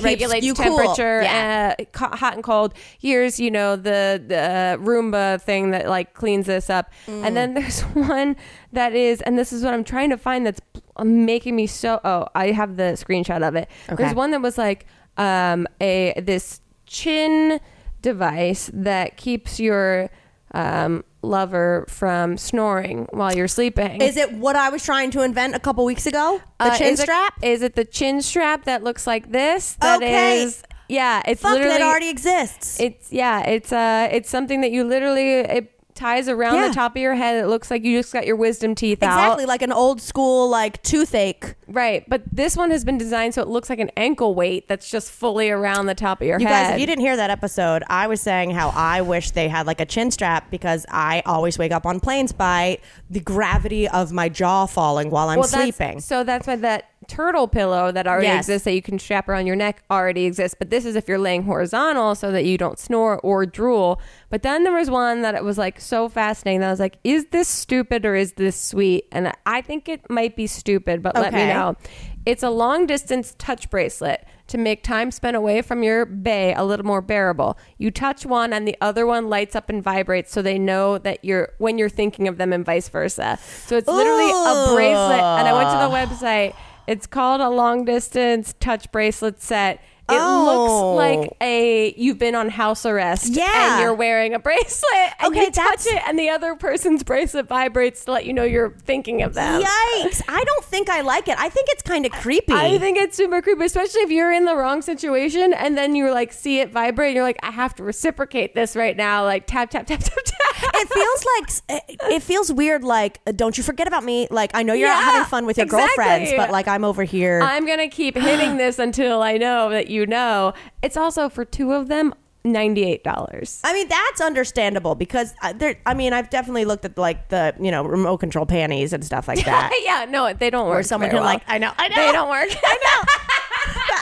Speaker 3: regulates
Speaker 2: you cool.
Speaker 3: temperature
Speaker 2: Yeah.
Speaker 3: uh, co- hot and cold here's you know the, the uh, roomba thing that like cleans this up
Speaker 2: Mm.
Speaker 3: and then there's one that is and this is what i'm trying to find that's um, making me so oh i have the screenshot of it there's one that was like um a this chin device that keeps your um lover from snoring while you're sleeping
Speaker 2: Is it what I was trying to invent a couple weeks ago? The
Speaker 3: uh,
Speaker 2: chin
Speaker 3: is it-
Speaker 2: strap?
Speaker 3: Is it the chin strap that looks like this? That is,
Speaker 2: Okay.
Speaker 3: yeah, it's
Speaker 2: Fuck,
Speaker 3: literally
Speaker 2: that already exists.
Speaker 3: It's yeah, it's uh, it's something that you literally it ties around
Speaker 2: Yeah.
Speaker 3: the top of your head. It looks like you just got your wisdom teeth
Speaker 2: exactly
Speaker 3: out,
Speaker 2: like an old school like toothache.
Speaker 3: right? But this one has been designed so it looks like an ankle weight that's just fully around the top of your
Speaker 2: You
Speaker 3: head.
Speaker 2: guys, if you didn't hear that episode, I was saying how I wish they had like a chin strap because I always wake up on planes by the gravity of my jaw falling while I'm
Speaker 3: Well, that's-
Speaker 2: sleeping.
Speaker 3: so that's why that turtle pillow that already
Speaker 2: Yes.
Speaker 3: exists that you can strap around your neck already exists. But this is if you're laying horizontal so that you don't snore or drool. But then there was one that it was like so fascinating that I was like, is this stupid or is this sweet? And I think it might be stupid, but let me
Speaker 2: Okay.
Speaker 3: know. It's a long distance touch bracelet to make time spent away from your bay a little more bearable. You touch one and the other one lights up and vibrates so they know that you're when you're thinking of them and vice versa. So it's literally a bracelet and I went to
Speaker 2: Ah.
Speaker 3: the website. It's called a long distance touch bracelet set. It
Speaker 2: Oh.
Speaker 3: looks like a you've been on house arrest
Speaker 2: Yeah.
Speaker 3: and you're wearing a bracelet and
Speaker 2: Okay,
Speaker 3: you touch
Speaker 2: that's-
Speaker 3: it and the other person's bracelet vibrates to let you know you're thinking of them.
Speaker 2: Yikes! I don't think I like it. I think it's kind of creepy.
Speaker 3: I think it's super creepy, especially if you're in the wrong situation and then you like see it vibrate. You're like, I have to reciprocate this right now. Like tap tap tap tap tap.
Speaker 2: it feels like it feels weird. Like, uh, don't you forget about me? Like, I know you're out
Speaker 3: Yeah,
Speaker 2: having fun with your
Speaker 3: exactly.
Speaker 2: girlfriends, but like, I'm over here.
Speaker 3: I'm gonna keep hitting this until I know that you know. It's also for two of them, ninety eight dollars.
Speaker 2: I mean, that's understandable because uh, there. I mean, I've definitely looked at like the you know remote control panties and stuff like that.
Speaker 3: yeah, no, they don't work.
Speaker 2: or someone
Speaker 3: very
Speaker 2: who
Speaker 3: well.
Speaker 2: like I know I know
Speaker 3: They don't work. I know.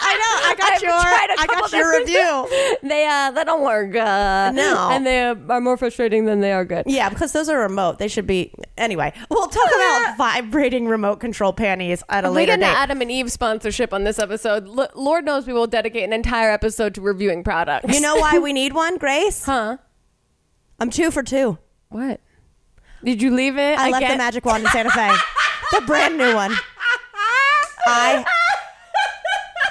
Speaker 2: I know I got
Speaker 3: I've
Speaker 2: your
Speaker 3: tried a
Speaker 2: I got
Speaker 3: couple
Speaker 2: your
Speaker 3: different-
Speaker 2: review.
Speaker 3: they uh, they don't work. Uh,
Speaker 2: No.
Speaker 3: and they are more frustrating than they are good.
Speaker 2: Yeah, because those are remote. They should be anyway. We'll talk about vibrating remote control panties at a
Speaker 3: we
Speaker 2: later
Speaker 3: did an
Speaker 2: date.
Speaker 3: Adam and Eve sponsorship on this episode. L- Lord knows we will dedicate an entire episode to reviewing products.
Speaker 2: You know why we need one, Grace?
Speaker 3: huh?
Speaker 2: I'm two for two.
Speaker 3: What? Did you leave it?
Speaker 2: I left the
Speaker 3: again?
Speaker 2: magic wand in Santa Fe, the brand new one. I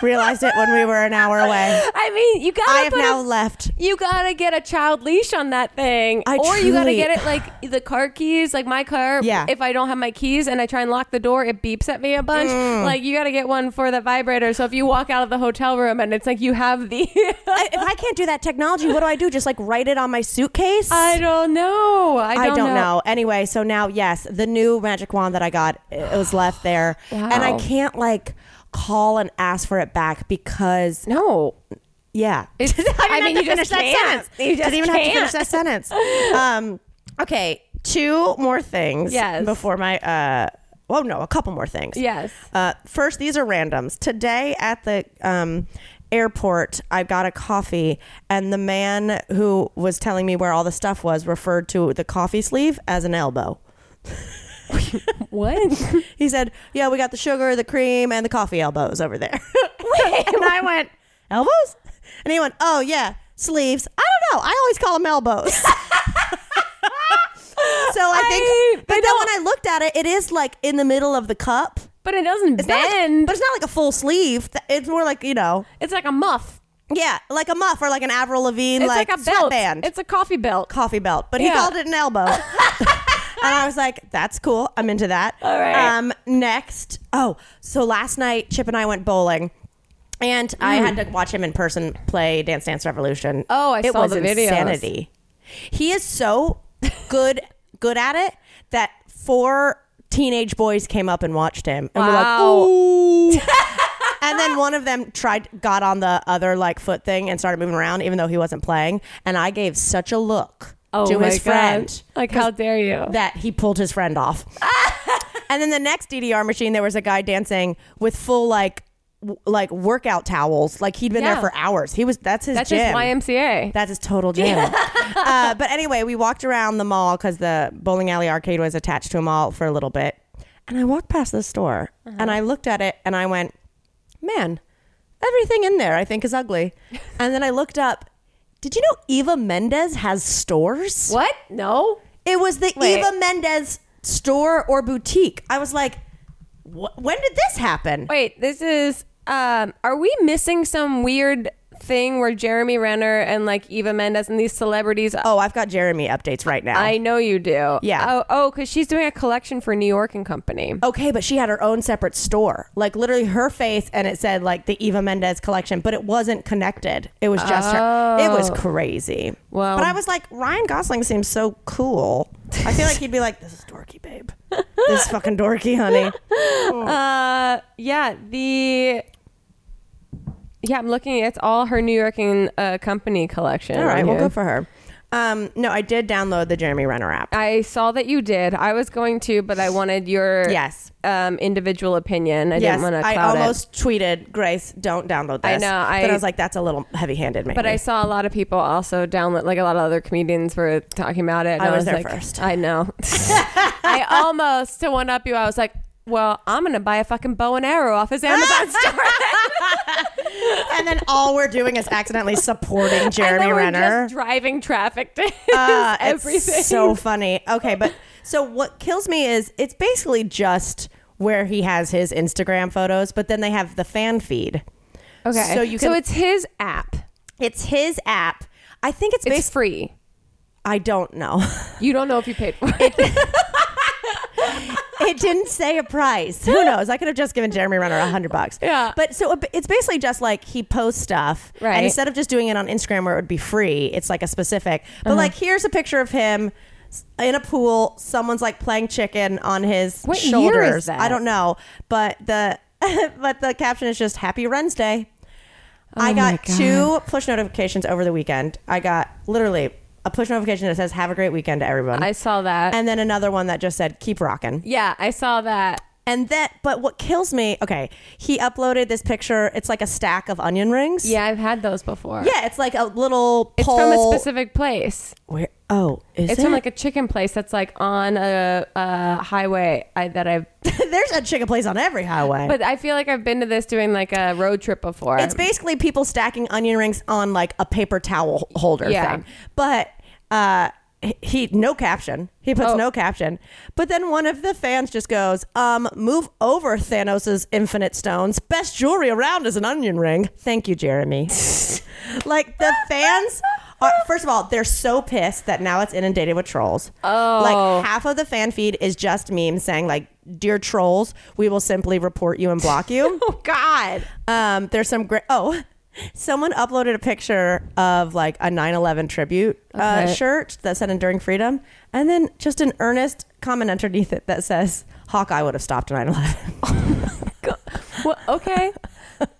Speaker 2: realized it when we were an hour away.
Speaker 3: I mean, you gotta.
Speaker 2: I have
Speaker 3: put
Speaker 2: now
Speaker 3: a-
Speaker 2: left.
Speaker 3: You gotta get a child leash on that thing,
Speaker 2: I
Speaker 3: or you gotta
Speaker 2: truly-
Speaker 3: get it like the car keys, like my car.
Speaker 2: Yeah.
Speaker 3: If I don't have my keys and I try and lock the door, it beeps at me a bunch.
Speaker 2: Mm.
Speaker 3: Like you gotta get one for the vibrator. So if you walk out of the hotel room and it's like you have the,
Speaker 2: I, if I can't do that technology, what do I do? Just like write it on my suitcase?
Speaker 3: I don't know. I don't,
Speaker 2: I don't know. Anyway, so now yes, the new magic wand that I got it was left there, and I
Speaker 3: Wow.
Speaker 2: can't like call and ask for it back because
Speaker 3: No.
Speaker 2: yeah,
Speaker 3: It's- I mean,
Speaker 2: have
Speaker 3: you
Speaker 2: to
Speaker 3: just
Speaker 2: finish that
Speaker 3: can't.
Speaker 2: sentence.
Speaker 3: You just
Speaker 2: Didn't even have to
Speaker 3: can't.
Speaker 2: finish that sentence. Um, okay, two more things.
Speaker 3: Yes.
Speaker 2: Before my uh, well, no, a couple more things.
Speaker 3: Yes.
Speaker 2: Uh, first, these are randoms. Today at the um, airport, I got a coffee, and the man who was telling me where all the stuff was referred to the coffee sleeve as an elbow.
Speaker 3: What?
Speaker 2: He said, "Yeah, we got the sugar, the cream, and the coffee elbows over there." and I went, "Elbows?" And he went, "Oh yeah, sleeves. I don't know. I always call them elbows." so I
Speaker 3: I-
Speaker 2: think, but
Speaker 3: they
Speaker 2: then when I looked at it, it is like in the middle of the cup.
Speaker 3: But it doesn't
Speaker 2: It's not like,
Speaker 3: bend.
Speaker 2: but it's not like a full sleeve. Th- It's more like you know,
Speaker 3: it's like a muff.
Speaker 2: yeah, like a muff or like an Avril Lavigne,
Speaker 3: It's
Speaker 2: like,
Speaker 3: like, a belt.
Speaker 2: sweatband,
Speaker 3: It's a coffee belt.
Speaker 2: coffee belt. But he
Speaker 3: Yeah.
Speaker 2: called it an elbow, and I was like, "That's cool. I'm into that." All
Speaker 3: right.
Speaker 2: Um, next, oh, so last night Chip and I went bowling. And I had to watch him in person play Dance Dance Revolution.
Speaker 3: Mm. Oh, I
Speaker 2: it
Speaker 3: saw
Speaker 2: was
Speaker 3: the videos.
Speaker 2: insanity. He is so good good at it that four teenage boys came up and watched him and were like,
Speaker 3: Wow.
Speaker 2: "Ooh." and then one of them tried got on the other like foot thing and started moving around even though he wasn't playing, and I gave such a look to his friend
Speaker 3: Oh Like, how dare you?
Speaker 2: that he pulled his friend off. and then the next DDR machine, there was a guy dancing with full like w- like workout towels. Like he'd been
Speaker 3: Yeah.
Speaker 2: there for hours. He was that's his
Speaker 3: That's
Speaker 2: gym.
Speaker 3: just YMCA.
Speaker 2: That's his total gym. uh, but anyway, we walked around the mall because the bowling alley arcade was attached to a mall for a little bit. And I walked past this store
Speaker 3: Uh-huh.
Speaker 2: and I looked at it and I went, man, everything in there I think is ugly. and then I looked up. Did you know Eva Mendez has stores?
Speaker 3: what? No.
Speaker 2: It was the
Speaker 3: Wait.
Speaker 2: Eva Mendez store or boutique. I was like, "Wh- when did this happen?
Speaker 3: Wait, this is. Um, are we missing some weird thing where Jeremy Renner and like Eva Mendes and these celebrities?
Speaker 2: Oh, I've got Jeremy updates right now.
Speaker 3: I know you do.
Speaker 2: Yeah. Oh,
Speaker 3: Oh, oh, because she's doing a collection for New York and Company.
Speaker 2: okay, but she had her own separate store. Like literally her face, and it said like the Eva Mendez collection, but it wasn't connected. It was just her. It was crazy.
Speaker 3: Oh. Well-
Speaker 2: but I was like, Ryan Gosling seems so cool. I feel like he'd be like, this is dorky, babe. This is fucking dorky, honey.
Speaker 3: Uh, yeah. The. Yeah, I'm looking. It's all her New York and uh, Company collection.
Speaker 2: All right,
Speaker 3: on
Speaker 2: we'll
Speaker 3: here.
Speaker 2: go for her. Um, no, I did download the Jeremy Renner app.
Speaker 3: I saw that you did. I was going to, but I wanted your
Speaker 2: Yes.
Speaker 3: um, individual opinion. I
Speaker 2: yes,
Speaker 3: didn't want to.
Speaker 2: I
Speaker 3: cloud it.
Speaker 2: almost tweeted Grace, don't download this.
Speaker 3: I know, I-
Speaker 2: but I was like, that's a little heavy-handed, maybe.
Speaker 3: But I saw a lot of people also download, like a lot of other comedians were talking about it. and
Speaker 2: I was there
Speaker 3: like,
Speaker 2: first.
Speaker 3: I know. I almost to one up you. I was like, well, I'm gonna buy a fucking bow and arrow off his Amazon store.
Speaker 2: and then all we're doing is accidentally supporting Jeremy
Speaker 3: And we're
Speaker 2: Renner.
Speaker 3: just driving traffic to
Speaker 2: Uh, it's
Speaker 3: everything.
Speaker 2: so funny. Okay, but so what kills me is it's basically just where he has his Instagram photos, but then they have the fan feed.
Speaker 3: okay.
Speaker 2: So you
Speaker 3: so
Speaker 2: can-
Speaker 3: it's his app.
Speaker 2: It's his app. I think it's,
Speaker 3: It's
Speaker 2: based.
Speaker 3: free.
Speaker 2: I don't know.
Speaker 3: You don't know if you paid for it.
Speaker 2: it didn't say a price. Who knows? I could have just given Jeremy Renner a hundred bucks.
Speaker 3: Yeah.
Speaker 2: But so uh, it's basically just like he posts stuff,
Speaker 3: Right.
Speaker 2: And instead of just doing it on Instagram where it would be free, it's like a specific. But
Speaker 3: Uh-huh.
Speaker 2: like, here's a picture of him s- in a pool. Someone's like playing chicken on his
Speaker 3: What year is
Speaker 2: shoulders.
Speaker 3: that?
Speaker 2: I don't know, but the but the caption is just Happy Wednesday. I got
Speaker 3: Oh God.
Speaker 2: two push notifications over the weekend. I got literally a push notification that says "Have a great weekend" to everyone,
Speaker 3: I saw that.
Speaker 2: and then another one that just said "Keep rocking."
Speaker 3: yeah, I saw that.
Speaker 2: And that, but what kills me, okay, he uploaded this picture. It's like a stack of onion rings.
Speaker 3: Yeah, I've had those before.
Speaker 2: Yeah, it's like a little
Speaker 3: It's
Speaker 2: pole.
Speaker 3: from a specific place.
Speaker 2: Where, oh, is
Speaker 3: It's
Speaker 2: it?
Speaker 3: from like a chicken place that's like on a, a highway I, that I've.
Speaker 2: There's a chicken place on every highway.
Speaker 3: But I feel like I've been to this doing like a road trip before.
Speaker 2: it's basically people stacking onion rings on like a paper towel holder
Speaker 3: Yeah.
Speaker 2: thing. But uh, he- he no caption. He puts
Speaker 3: Oh.
Speaker 2: no caption. But then one of the fans just goes, um, "Move over, Thanos's infinite stones. Best jewelry around is an onion ring." Thank you, Jeremy. like the fans. Are, first of all, they're so pissed that now it's inundated with trolls. Oh, like half of the fan feed is just memes saying like, "Dear trolls, we will simply report you and block you."
Speaker 3: oh God.
Speaker 2: Um, there's some great. Oh, someone uploaded a picture of like a 9/11 tribute uh,
Speaker 3: Okay.
Speaker 2: shirt that said "Enduring Freedom," and then just an earnest comment underneath it that says, "Hawkeye would have stopped 9/11."
Speaker 3: Well, okay.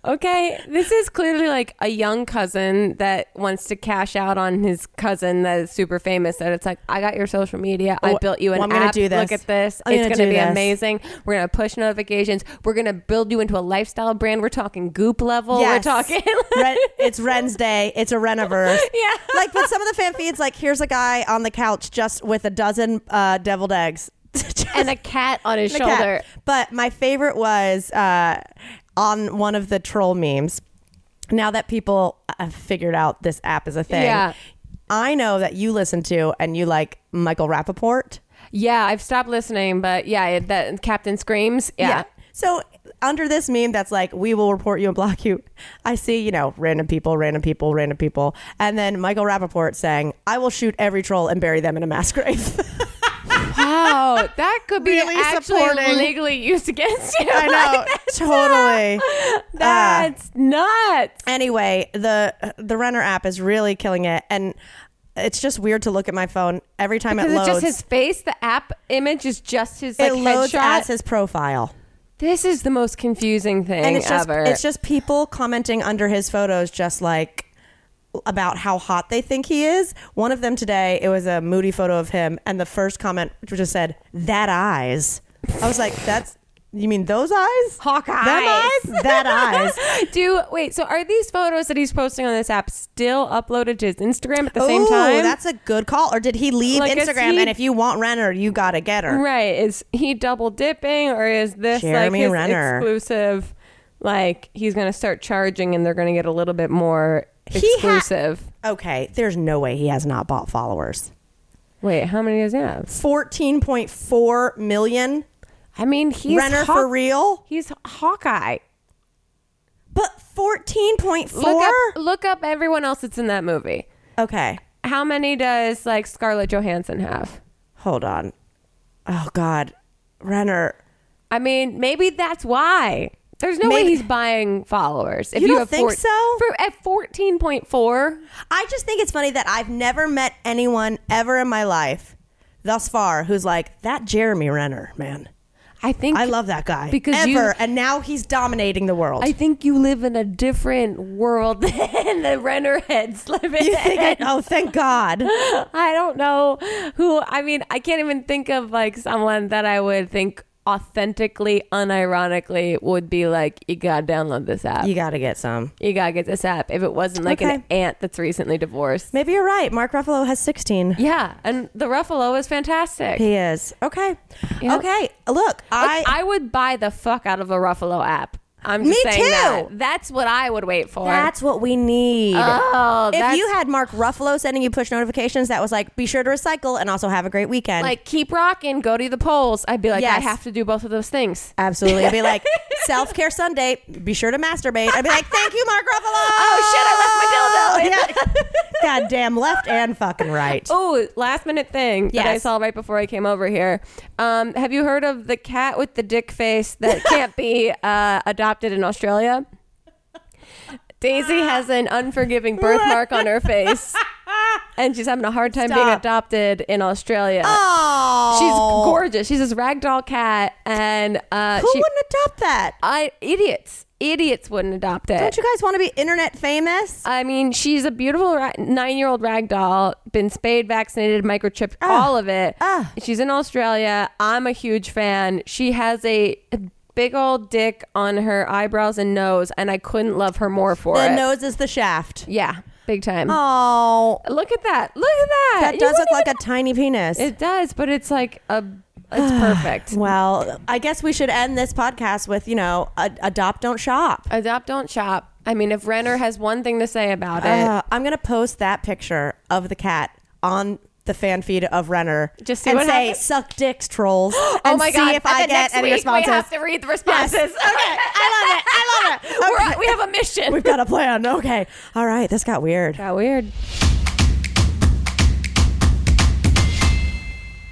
Speaker 3: Okay. This is clearly like a young cousin that wants to cash out on his cousin that is super famous. That it's like, I got your social media. I
Speaker 2: Wha-
Speaker 3: built you an
Speaker 2: well, I'm gonna
Speaker 3: app.
Speaker 2: do this.
Speaker 3: Look at this.
Speaker 2: I'm
Speaker 3: it's
Speaker 2: gonna
Speaker 3: going to
Speaker 2: do
Speaker 3: be
Speaker 2: this."
Speaker 3: amazing. We're going to push notifications. We're going to build you into a lifestyle brand. We're talking goop level. We're talking.
Speaker 2: Ren- it's Ren's day. It's a Reniverse.
Speaker 3: Yeah.
Speaker 2: Like, but some of the fan feeds, like, here's a guy on the couch just with a dozen uh, deviled eggs. Just-
Speaker 3: and a cat on his
Speaker 2: the cat.
Speaker 3: shoulder.
Speaker 2: But my favorite was uh, on one of the troll memes. Now that people have figured out this app is a thing,
Speaker 3: Yeah.
Speaker 2: I know that you listen to and you like Michael Rappaport.
Speaker 3: Yeah, I've stopped listening, but yeah, it- that Captain Screams. Yeah.
Speaker 2: So under this meme that's like, we will report you and block you, I see, you know, random people, random people, random people. And then Michael Rappaport saying, I will shoot every troll and bury them in a mass grave.
Speaker 3: Wow, that could be
Speaker 2: Really
Speaker 3: actually
Speaker 2: supporting. Uh,
Speaker 3: legally used against you.
Speaker 2: I know, totally.
Speaker 3: That's nuts.
Speaker 2: anyway, the the Renner app is really killing it, and it's just weird to look at my phone every time it
Speaker 3: Because it's
Speaker 2: loads.
Speaker 3: just his face. The app image is just his like
Speaker 2: it loads
Speaker 3: headshot.
Speaker 2: as his profile.
Speaker 3: this is the most confusing thing
Speaker 2: and it's just
Speaker 3: ever.
Speaker 2: it's just people commenting under his photos just like about how hot they think he is. One of them today, it was a moody photo of him, and the first comment just said, That eyes. I was like, That's you mean those eyes?
Speaker 3: Hawkeye.
Speaker 2: Them eyes? That eyes.
Speaker 3: Do wait. So are these photos that he's posting on this app still uploaded to his Instagram at the same
Speaker 2: Ooh,
Speaker 3: time?
Speaker 2: That's a good call. Or did he leave
Speaker 3: Like, is
Speaker 2: Instagram
Speaker 3: he-
Speaker 2: and if you want Renner, you gotta get her.
Speaker 3: right. Is he double dipping or is this
Speaker 2: Jeremy
Speaker 3: like his
Speaker 2: Renner.
Speaker 3: exclusive? Like he's going to start charging and they're going to get a little bit more
Speaker 2: He ha-
Speaker 3: exclusive.
Speaker 2: Okay, there's no way he has not bought followers.
Speaker 3: wait, how many does he have?
Speaker 2: 14.4 million.
Speaker 3: I mean, he's
Speaker 2: Renner
Speaker 3: Haw-
Speaker 2: for real?
Speaker 3: He's Hawkeye.
Speaker 2: But 14.4?
Speaker 3: Look up, look up everyone else that's in that movie.
Speaker 2: Okay.
Speaker 3: How many does like Scarlett Johansson have?
Speaker 2: Hold on. Oh God, Renner.
Speaker 3: I mean, maybe that's why. There's no way
Speaker 2: Maybe-
Speaker 3: he's buying followers. If
Speaker 2: You
Speaker 3: you,
Speaker 2: don't
Speaker 3: have
Speaker 2: think so?
Speaker 3: For, at fourteen point four,
Speaker 2: I just think it's funny that I've never met anyone ever in my life thus far who's like that Jeremy Renner man.
Speaker 3: I think
Speaker 2: I love that guy
Speaker 3: Because
Speaker 2: ever,
Speaker 3: you-
Speaker 2: and now he's dominating the world.
Speaker 3: I think you live in a different world than the Renner heads live in.
Speaker 2: you think I, oh, thank God.
Speaker 3: I don't know who. I mean, I can't even think of like someone that I would think authentically, unironically would be like, "You gotta download this app.
Speaker 2: You
Speaker 3: You,
Speaker 2: got to get some.
Speaker 3: gotta get this app." If it wasn't like an
Speaker 2: Okay.
Speaker 3: aunt that's recently divorced.
Speaker 2: Maybe you're right. Mark Ruffalo has 16.
Speaker 3: Yeah, and the Ruffalo is fantastic.
Speaker 2: He is okay.
Speaker 3: Yeah.
Speaker 2: Okay, look,
Speaker 3: I,
Speaker 2: I,
Speaker 3: I would buy the fuck out of a Ruffalo app. I'm
Speaker 2: Me
Speaker 3: just saying
Speaker 2: too.
Speaker 3: that. That's what I would wait for.
Speaker 2: that's what we need.
Speaker 3: oh,
Speaker 2: if
Speaker 3: that's
Speaker 2: you had Mark Ruffalo sending you push notifications, that was like, be sure to recycle and also have a great weekend.
Speaker 3: like keep rocking, go to the polls. I'd be like, I
Speaker 2: Yes.
Speaker 3: have to do both of those things.
Speaker 2: Absolutely. I'd be like, self care Sunday, be sure to masturbate. I'd be like, thank you, Mark Ruffalo.
Speaker 3: Oh, shit, I left
Speaker 2: my dildo. Yeah. Goddamn, left and fucking right.
Speaker 3: Oh, last minute thing that I
Speaker 2: Yes.
Speaker 3: saw right before I came over here. Um, have you heard of the cat with the dick face that can't be uh, adopted in Australia? Daisy has an unforgiving birthmark on her face, and she's having a hard time being
Speaker 2: Stop.
Speaker 3: adopted in Australia.
Speaker 2: Oh.
Speaker 3: She's gorgeous. She's this ragdoll cat, and uh,
Speaker 2: Who
Speaker 3: she,
Speaker 2: wouldn't adopt that?
Speaker 3: I idiots, idiots wouldn't adopt it.
Speaker 2: Don't you guys want to be internet famous?
Speaker 3: I mean, she's a beautiful ra- nine-year-old ragdoll, been spayed, vaccinated, microchipped, all of it.
Speaker 2: Ah.
Speaker 3: She's in Australia. I'm a huge fan. She has a big old dick on her eyebrows and nose, and I couldn't love her more for
Speaker 2: The
Speaker 3: it.
Speaker 2: nose is the shaft.
Speaker 3: yeah, big time.
Speaker 2: Oh.
Speaker 3: Look at that! Look at that!
Speaker 2: That
Speaker 3: You
Speaker 2: does look
Speaker 3: wouldn't
Speaker 2: like a tiny penis.
Speaker 3: even- it does, but it's like a it's perfect.
Speaker 2: well, I guess we should end this podcast with, you know, ad- adopt, don't shop.
Speaker 3: Adopt, don't shop. I mean, if Renner has one thing to say about it,
Speaker 2: Uh, I'm gonna post that picture of the cat on the fan feed of Renner.
Speaker 3: Just see
Speaker 2: and
Speaker 3: what
Speaker 2: say
Speaker 3: happens.
Speaker 2: suck dicks trolls. And
Speaker 3: oh my
Speaker 2: see
Speaker 3: god!
Speaker 2: if
Speaker 3: and
Speaker 2: I
Speaker 3: then
Speaker 2: get
Speaker 3: next
Speaker 2: any
Speaker 3: week
Speaker 2: responses.
Speaker 3: we have to read the responses.
Speaker 2: Okay, I love it. I love it.
Speaker 3: We're
Speaker 2: Okay.
Speaker 3: on- we have a mission.
Speaker 2: We've got a plan. Okay. All right. This got weird.
Speaker 3: Got weird.